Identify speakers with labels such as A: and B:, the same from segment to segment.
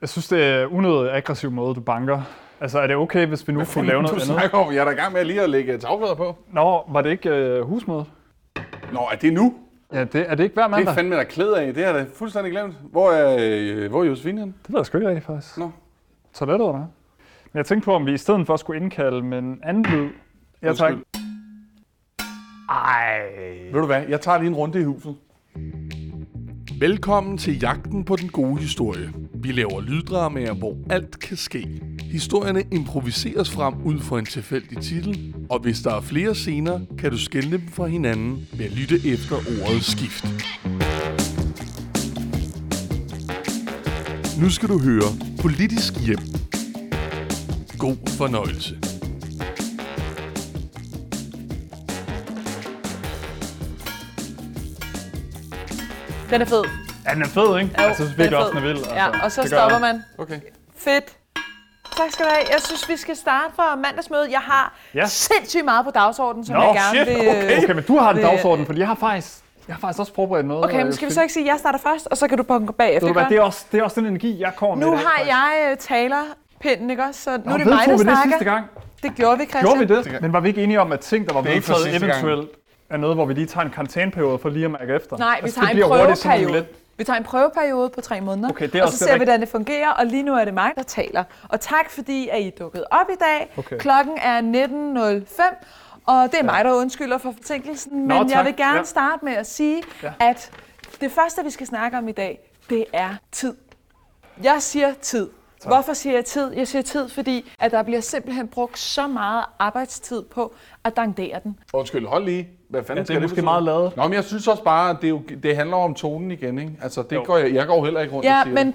A: Jeg synes, det er unødig aggressiv måde, du banker. Altså, er det okay, hvis vi nu kunne lave
B: du
A: noget andet?
B: snakker om, jeg er da i gang med lige at lægge tagplader på.
A: Nå, var det ikke øh, husmødet?
B: Nå, er det nu?
A: Ja, det, er det ikke hver
B: Det er
A: mandag?
B: fandme da ked af. Det har jeg da fuldstændig glemt. Hvor er, øh, hvor er Josefine henne?
A: Det ved jeg sgu ikke rigtigt, faktisk.
B: Nå.
A: Toilettet, eller hvad? Men jeg tænkte på, om vi i stedet for skulle indkalde med en anden lyd. Ja, tak.
B: Undskyld. Ved du hvad, jeg tager lige en runde i huset. Velkommen til Jagten på den gode historie. Vi laver lyddramaer, hvor alt kan ske. Historierne improviseres frem ud fra en tilfældig titel, og hvis der er flere scener, kan du skelne dem fra hinanden ved at lytte efter ordet skift. Nu skal du høre Politisk Hjem. God fornøjelse.
C: Den er fed.
A: Ja, den er fed, ikke?
C: Jo,
A: jeg synes
C: den
A: virkelig
C: fed.
A: også, den er vild. altså.
C: Ja, og så
A: Det gør
C: stopper
A: jeg.
C: man.
B: Okay.
C: Fedt. Tak skal du have. Jeg synes, vi skal starte fra mandagsmødet. Jeg har
A: Ja.
C: ja. sindssygt meget på dagsordenen, som
A: Nå,
C: jeg gerne
A: shit,
C: vil... øh,
A: Okay, men du har en
C: Det-
A: dagsorden, fordi jeg har faktisk, jeg har faktisk også forberedt noget. øh,
C: Okay, men skal vi så ikke sige, at jeg starter først, og så kan du bunke bagefter?
A: Ved du hvad,
C: ikke
A: det er, også, det er også den energi, jeg kommer
C: godt?
A: med.
C: nu
A: i dag,
C: har
A: faktisk.
C: jeg øh, talerpinden, ikke også? Så nu
A: Nå,
C: er det mig, der
A: vedtog vi det
C: snakker.
A: sidste gang?
C: Det gjorde vi, Christian.
A: Gjorde vi det? Men var vi ikke enige om, at ting, der var
B: er ikke for
A: vedtaget
B: sidste gang.
A: eventuelt, er noget, hvor vi lige tager en karantæneperiode for lige at mærke efter?
C: Nej, vi
A: Altså,
C: tager
A: det
C: en
A: bliver hurtigt sådan nogle
C: prøveperiode. Vi tager en prøveperiode på tre måneder,
A: Okay, det er
C: og
A: også
C: så
A: det
C: ser vi,
A: rigtige.
C: hvordan det fungerer, og lige nu er det mig, der taler. Og tak, fordi at I er dukket op i dag.
A: Okay.
C: Klokken er 19.05, og det er mig, der undskylder for forsinkelsen,
A: Nå,
C: men
A: tak.
C: jeg vil gerne
A: Ja.
C: starte med at sige,
A: Ja.
C: at det første, vi skal snakke om i dag, det er tid. Jeg siger tid. Hvorfor siger jeg tid? Jeg siger tid, fordi at der bliver simpelthen brugt så meget arbejdstid på at dandere den.
B: Undskyld, hold lige. Hvad fanden
A: Ja, det er
B: skal
A: måske
B: betyde?
A: meget lavet.
B: Nå, men jeg synes også bare, at det, er jo, det handler om tonen igen, ikke? Altså, det
A: Jo.
B: går jeg, jeg går jo heller ikke rundt
C: Ja,
B: og siger
C: men
B: det.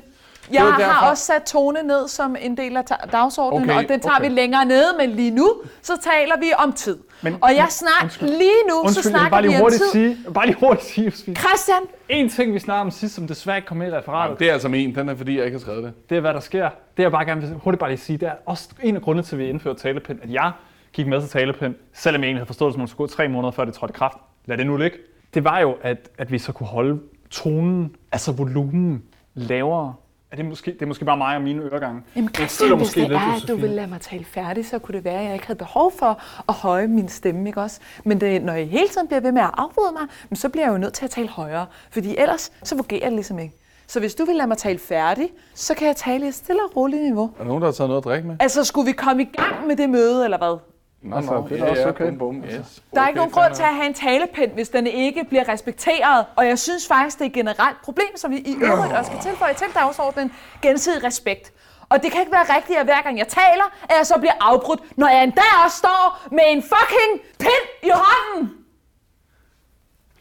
C: jeg
B: jo derfor-
C: har også sat tone ned som en del af ta- dagsordenen,
B: Okay,
C: og den tager
B: okay.
C: vi længere nede, men lige nu, så taler vi om tid.
A: Men-
C: Men, og jeg
A: men-
C: snak,
A: undskyld.
C: lige nu,
A: Undskyld,
C: så
A: jeg vil
C: snakker
A: bare
C: vi
A: lige
C: om
A: hurtigt
C: tid.
A: sige, jeg vil bare lige hurtigt sige, Josefine.
C: Christian,
A: En ting, vi snakker om sidst, som desværre ikke kom med i referatet,
B: Det er altså min, den er fordi, jeg ikke har skrevet det.
A: det er, hvad der sker. Det jeg bare gerne vil hurtigt bare lige sige, det er også en af grundene til, at vi indførte talepind, at jeg gik med til talepind, selvom jeg egentlig havde forstået det, som om det skulle gå tre måneder, før det trådte i kraft. Lad det nu ligge. Det var jo, at, at vi så kunne holde tonen, altså volumen, lavere. Er det, måske, det er måske bare mig og mine øregange.
C: Jamen
A: Jeg
C: Christian, hvis
A: måske
C: det
A: lidt,
C: er, at du
A: Josefine.
C: ville lade mig tale færdig, så kunne det være, at jeg ikke havde behov for at høje min stemme, ikke også? Men det, når I hele tiden bliver ved med at afbryde mig, men så bliver jeg jo nødt til at tale højere, fordi ellers så fungerer det ligesom ikke. Så hvis du vil lade mig tale færdig, så kan jeg tale i et stille og roligt niveau.
B: Er der nogen, der har taget noget at drikke med?
C: Altså, skulle vi komme i gang med det møde, eller hvad?
B: Nå,
A: Altså, det er da
B: ja,
A: også
B: ja,
A: okay.
B: Bum, bum, yes.
C: Der er
B: Okay,
C: ikke nogen
B: fair
C: grund til
B: nok.
C: at have en talepind, hvis den ikke bliver respekteret. Og jeg synes faktisk, det er et generelt problem, som vi i øvrigt også skal tilføje til dagsordenen. Gensidig respekt. Og det kan ikke være rigtigt, at hver gang jeg taler, at jeg så bliver afbrudt, når jeg endda også står med en fucking pind i hånden.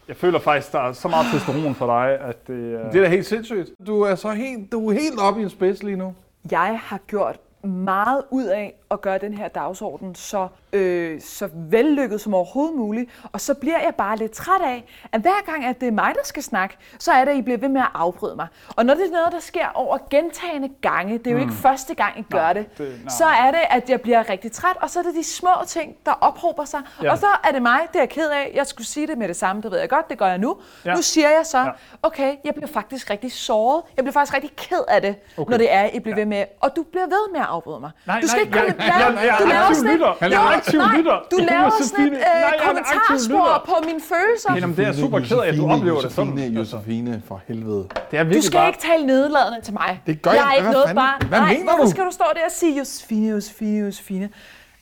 A: Jeg føler faktisk, der er så meget testosteron for dig, at det, øh,
B: Det er da helt sindssygt. Du er så helt, du er helt oppe i en spids lige nu.
C: Jeg har gjort meget ud af at gøre den her dagsorden så, øh, så vellykket som overhovedet muligt. Og så bliver jeg bare lidt træt af, at hver gang, at det er mig, der skal snakke, så er det, at I bliver ved med at afbryde mig. Og når det er noget, der sker over gentagende gange, det er jo ikke første gang, I gør
A: Mm. Nej,
C: det,
A: det- nej.
C: så er det, at jeg bliver rigtig træt, og så er det de små ting, der ophober sig.
A: Ja.
C: Og så er det mig, det er jeg ked af. Jeg skulle sige det med det samme, det ved jeg godt, det gør jeg nu.
A: Ja.
C: Nu siger jeg så,
A: Ja.
C: okay, jeg bliver faktisk rigtig såret. Jeg bliver faktisk rigtig ked af det,
A: Okay.
C: okay. når det er, I bliver ved med, og du bliver ved med at afbryde mig.
A: Nej,
C: du skal
A: nej,
C: ikke komme
A: jeg-
C: med blade.
A: jeg- jeg er
C: Du laver
A: aktiv
C: sådan et-
A: lytter. Han er
C: Jo,
A: aktiv
C: nej,
A: lytter.
C: Du
A: Det er
C: laver sådan
A: Josefine.
C: et
A: Nej, jeg er en
C: øh,
A: aktiv
C: kommentarspor
A: lytter.
C: på mine følelser.
A: Jamen, det er jeg super ked af, at du oplever det sådan.
B: Josefine, Josefine, for helvede.
A: Det er
C: Du
A: virkelig
C: skal
A: bare...
C: ikke tale nedladende til mig.
B: Det gør
C: jeg
B: jeg.
C: er ikke
B: Hvad
C: noget
B: fanden?
C: barn.
B: Hvad
C: Nej,
B: mener
C: hvorfor
B: du?
C: skal du stå der og sige, Josefine, Josefine, Josefine?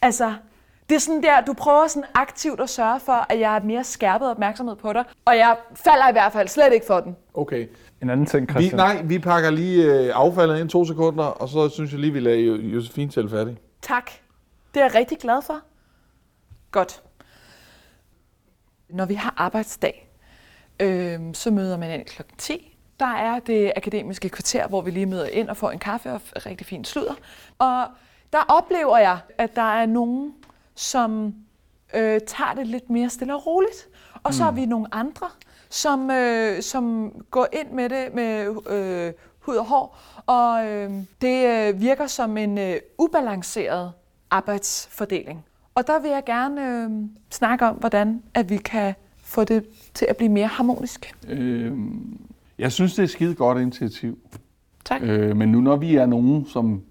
C: Altså, det er sådan der, du prøver sådan aktivt at sørge for, at jeg er mere skærpet opmærksomhed på dig. Og jeg falder i hvert fald slet ikke for den.
B: Okay.
A: En anden ting,
B: Vi,
A: Christian.
B: nej, vi pakker lige øh, affaldet ind to sekunder, og så synes jeg lige, vi lader Jo- Josefine tælle færdig.
C: Tak. Det er jeg rigtig glad for. Godt. Når vi har arbejdsdag, øh, så møder man ind kl. 10. Der er det akademiske kvarter, hvor vi lige møder ind og får en kaffe og f- rigtig fin sludder. Og der oplever jeg, at der er nogen, som øh, tager det lidt mere stille og roligt. Og så er vi nogle andre, som, øh, som går ind med det med øh, hud og hår. Og øh, det øh, virker som en øh, ubalanceret arbejdsfordeling. Og der vil jeg gerne øh, snakke om, hvordan at vi kan få det til at blive mere harmonisk.
A: Øhm,
B: Øh, jeg synes, det er et skide godt initiativ.
C: Tak.
B: Øh, men nu når vi er nogen, som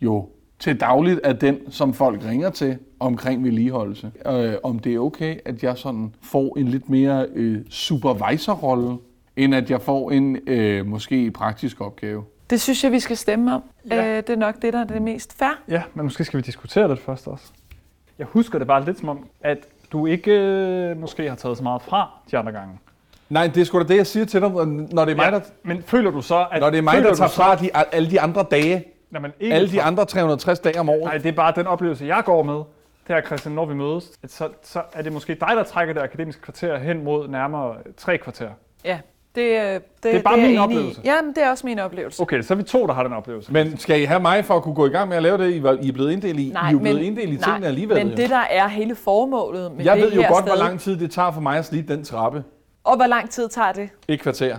B: jo til dagligt er den, som folk ringer til omkring vedligeholdelse, øh, om det er okay, at jeg sådan får en lidt mere øh, supervisorrolle, end at jeg får en øh, måske praktisk opgave.
C: Det synes jeg, vi skal stemme om.
A: Ja.
C: Øh, det er nok det, der er det mest fair.
A: Ja, men måske skal vi diskutere det først også. Jeg husker det bare lidt som om, at du ikke øh, måske har taget så meget fra de andre gange.
B: Nej, det er sgu da det, jeg siger til dig, når det er mig, der,
A: men føler du så, at...
B: når det er mig,
A: føler
B: der
A: du
B: tager
A: så,
B: fra de, alle de andre dage,
A: Når man ikke
B: alle de
A: tager-
B: andre 360 dage om året.
A: Nej, det er bare den oplevelse, jeg går med. Det er, Christian, når vi mødes, at så, så er det måske dig, der trækker det akademiske kvarter hen mod nærmere tre kvarter.
C: Ja, det, øh, det,
A: Det er bare
C: jeg
A: min
C: enig i.
A: oplevelse.
C: Jamen, det er også min oplevelse.
A: Okay, så er vi to, der har den oplevelse.
B: Men skal I have mig for at kunne gå i gang med at lave det, I, var, I er blevet inddelt i? I er jo blevet inddelt i tingene alligevel.
C: men
B: jo.
C: det der er hele formålet med
B: jeg
C: det
B: ved jo
C: her
B: godt, hvor
C: sted-
B: lang tid det tager for mig at slibe den trappe.
C: Og hvor lang tid tager det?
B: Et kvarter.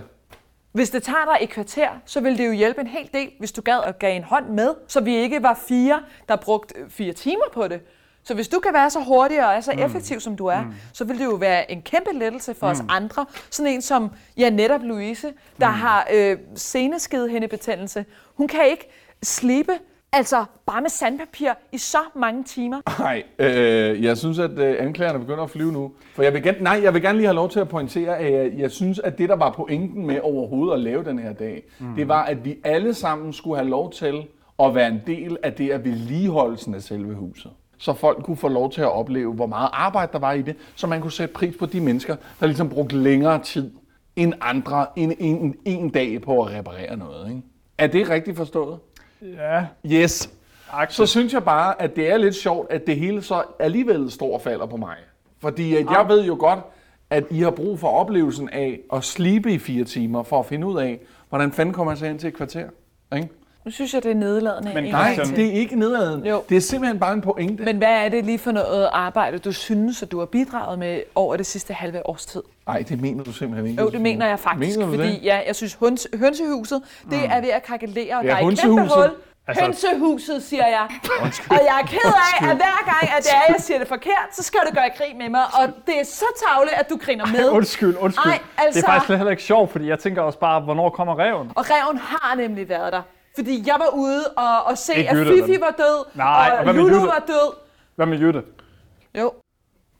C: Hvis det tager dig et kvarter, så ville det jo hjælpe en hel del, hvis du gad at gav en hånd med, så vi ikke var fire, der brugte øh, fire timer på det. Så hvis du kan være så hurtig og er så
A: Mm.
C: effektiv, som du er, så vil det jo være en kæmpe lettelse for
A: Mm.
C: os andre. Sådan en som, ja netop Louise, der har øh, seneskedhændebetændelse. Hun kan ikke slippe, altså bare med sandpapir, i så mange timer.
B: Nej, øh, jeg synes, at øh, anklagerne begynder at flyve nu. For jeg vil gerne, nej, jeg vil gerne lige have lov til at pointere, at jeg, jeg synes, at det, der var pointen med overhovedet at lave den her dag, mm. det var, at vi alle sammen skulle have lov til at være en del af det at vedligeholdelsen af selve huset. Så folk kunne få lov til at opleve, hvor meget arbejde der var i det, så man kunne sætte pris på de mennesker, der ligesom brugte længere tid end andre end en, en dag på at reparere noget. Ikke? Er det rigtigt forstået?
A: Ja,
B: Yes.
A: aktivt.
B: så synes jeg bare, at det er lidt sjovt, at det hele så alligevel står og falder på mig. Fordi at jeg ved jo godt, at I har brug for oplevelsen af at slibe i fire timer for at finde ud af, hvordan fanden kommer jeg så hen til et kvarter? Ikke?
C: Nu synes jeg, det er nedladende.
A: Men
C: en
A: nej,
C: gang
B: Nej,
C: til.
B: det er ikke nedadende.
C: Jo.
B: Det er simpelthen bare en pointe.
C: Men hvad er det lige for noget arbejde, du synes, at du har bidraget med over det sidste halve års tid?
B: Nej, det mener du simpelthen ikke.
C: Jo, det mener jeg faktisk,
B: Mener du
C: fordi
B: det?
C: ja, jeg synes, høns, hønsehuset, det er ved at krakelere, og
B: Ja,
C: der er et kæmpe
B: hønsehuset.
C: hul.
A: Altså-
C: Hønsehuset, siger jeg. Og jeg er ked af, at hver gang, at det er, jeg siger det forkert, så skal du gøre grig med mig. Og det er så tavligt, at du griner med.
A: Undskyld, undskyld.
C: Ej, altså-
A: Det er faktisk heller ikke sjovt, fordi jeg tænker også bare, hvornår kommer reven?
C: Og reven har nemlig været der. Fordi jeg var ude og, og se,
A: Ikke
C: at
A: lyttede
C: Fifi
A: den.
C: var død,
A: Nej, og
C: og,
A: hvad med
C: Lulu
A: Jytte?
C: var død.
A: Hvad med Jytte?
C: Jo.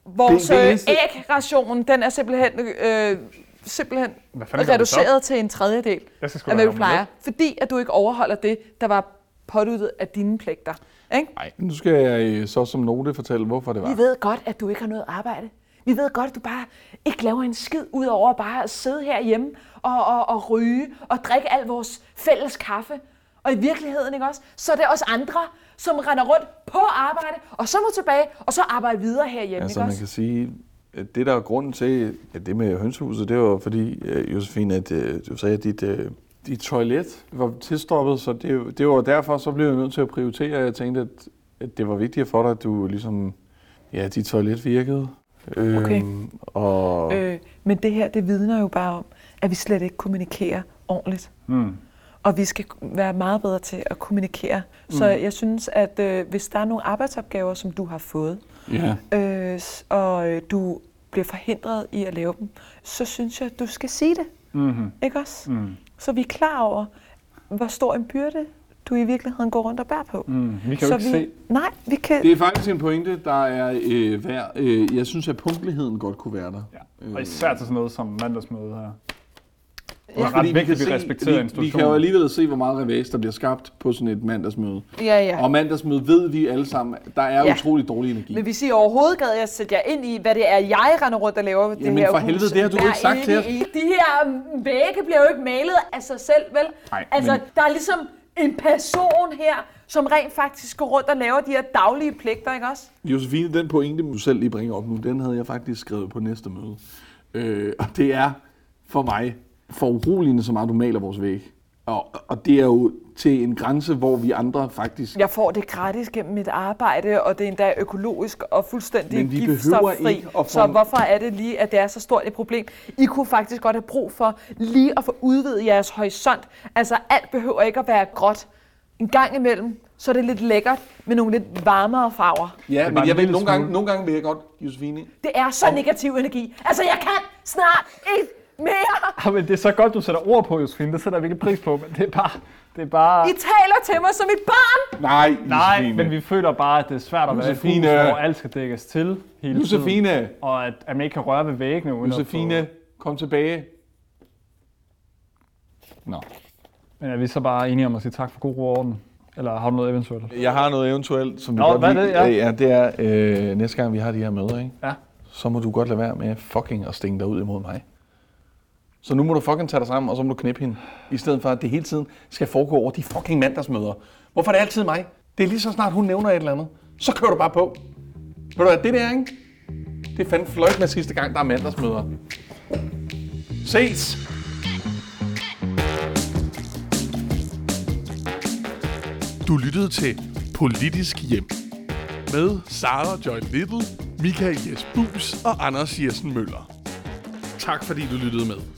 C: Vores
B: Det- det
C: øh,
B: eneste-
C: ægrationen, den er simpelthen, øh, simpelthen
A: Hvad fanden gør vi så?
C: reduceret til en tredjedel
A: Jeg skal sgu da
C: af, hvad
A: have
C: du
A: dem
C: plejer.
A: med.
C: Fordi at du ikke overholder det, der var påduttet af dine pligter. Ikke?
B: Nej, nu skal jeg øh, så som note fortælle, hvorfor det var.
C: Vi ved godt, at du ikke har noget arbejde. Vi ved godt, at du bare ikke laver en skid ud over bare at sidde herhjemme og, og, og ryge og drikke al vores fælles kaffe. Og i virkeligheden, ikke også, så er det også andre, som render rundt på arbejde, og så må tilbage, og så arbejde videre herhjemme,
D: Altså,
C: ikke
D: man
C: også?
D: kan sige, at det der er grunden til at det med hønsehuset, det var fordi, øh, Josefine, at øh, du sagde, at dit, øh, dit toilet var tilstoppet, så det, er jo- det var derfor, så blev jeg nødt til at prioritere. Jeg tænkte, at, at det var vigtigere for dig, at du ligesom, ja, dit toilet virkede. Øhm,
C: Okay.
D: Og
C: Øh, men det her, det vidner jo bare om, at vi slet ikke kommunikerer ordentligt. Mm.
A: Hmm.
C: Og vi skal k- være meget bedre til at kommunikere. Mm.
A: Hmm.
C: Så jeg synes, at øh, hvis der er nogle arbejdsopgaver, som du har fået,
B: Ja.
C: øh, s- og øh, du bliver forhindret i at lave dem, så synes jeg, at du skal sige det.
A: Hmm.
C: Mm-hmm. Ikke også? Mm. Så vi er klar over, hvor stor en byrde du i virkeligheden går rundt og bærer på. Mm.
A: Hmm. Vi kan jo
C: så
A: ikke se.
C: Nej, vi kan...
B: Det er faktisk en pointe, der er øh, værd. Øh, jeg synes, at punktligheden godt kunne være der.
D: Øh.
A: Ja. Og især til sådan noget som mandagsmøde her. Det
B: Ja,
A: er ret vigtigt, at vi
B: se-
A: respekterer
B: vi, vi kan jo
A: institutionen.
B: alligevel se, hvor meget revage, der bliver skabt på sådan et mandagsmøde.
C: Ja, ja.
B: Og mandagsmøde ved vi alle sammen, der er
C: Ja.
B: ja. utrolig dårlig energi.
C: Men hvis I overhovedet gad jeg sætte jer ind i, hvad det er, jeg render rundt og laver ved
B: Jamen,
C: det her
B: for
C: hus.
B: helvede, det har du
C: Vær
B: ikke sagt til
C: enig i. De her mm, vægge bliver jo ikke malet af sig selv, vel?
B: Nej,
C: altså,
B: men-
C: der er ligesom en person her, som rent faktisk går rundt og laver de her daglige pligter, ikke også?
B: Josefine, den pointe, du selv lige bringer op nu, den havde jeg faktisk skrevet på næste møde. Øh, og det er for mig for uroligende, så meget du maler vores væg. Og, og det er jo til en grænse, hvor vi andre faktisk...
C: Jeg får det gratis gennem mit arbejde, og det er endda økologisk og fuldstændig
B: Men vi behøver
C: giftstoffri.
B: ikke at få-
C: Så hvorfor er det lige, at det er så stort et problem? I kunne faktisk godt have brug for lige at få udvidet jeres horisont. Altså alt behøver ikke at være gråt. En gang imellem, så er det lidt lækkert med nogle lidt varmere farver.
B: Ja,
A: er bare
B: men
A: en
B: jeg ved,
A: lille
B: nogle
A: smule.
B: gange, nogle gange vil jeg godt, Josefine,
C: Det er så negativ energi. Altså jeg kan snart ikke mere!
A: Ah, men det er så godt, du sætter ord på, Josefine. Det sætter jeg virkelig pris på, men det er bare... Det er bare...
C: I taler til mig som et barn!
E: Nej,
A: Nej,
E: Josefine.
A: men vi føler bare, at det er svært at være i et hus,
E: Josefine.
A: hvor alt skal dækkes til hele tiden.
E: Josefine,
A: Og at, at man ikke kan røre ved væggene uden at
E: Josefine, kom tilbage. Nå.
A: få... Men er vi så bare enige om at sige tak for god ro og orden? Eller har du noget eventuelt?
B: Jeg har noget eventuelt, som vi
A: Nå,
B: godt
A: hvad er det? Ja.
B: Øh, ja, det er øh, næste gang, vi har de her møder, ikke?
A: Ja.
B: så må du godt lade være med fucking at stinge dig ud imod mig. Så nu må du fucking tage dig sammen, og så må du knippe hende. I stedet for, at det hele tiden skal foregå over de fucking mandagsmøder. Hvorfor er det altid mig? Det er lige så snart, hun nævner et eller andet. Så kører du bare på. Ved du hvad, det der, ikke? Det er fandme fløjt med sidste gang, der er mandagsmøder. Ses!
F: Du lyttede til Politisk Hjem med Sara Joy Little, Michael Jes Bus og Anders Jensen Møller. Tak fordi du lyttede med.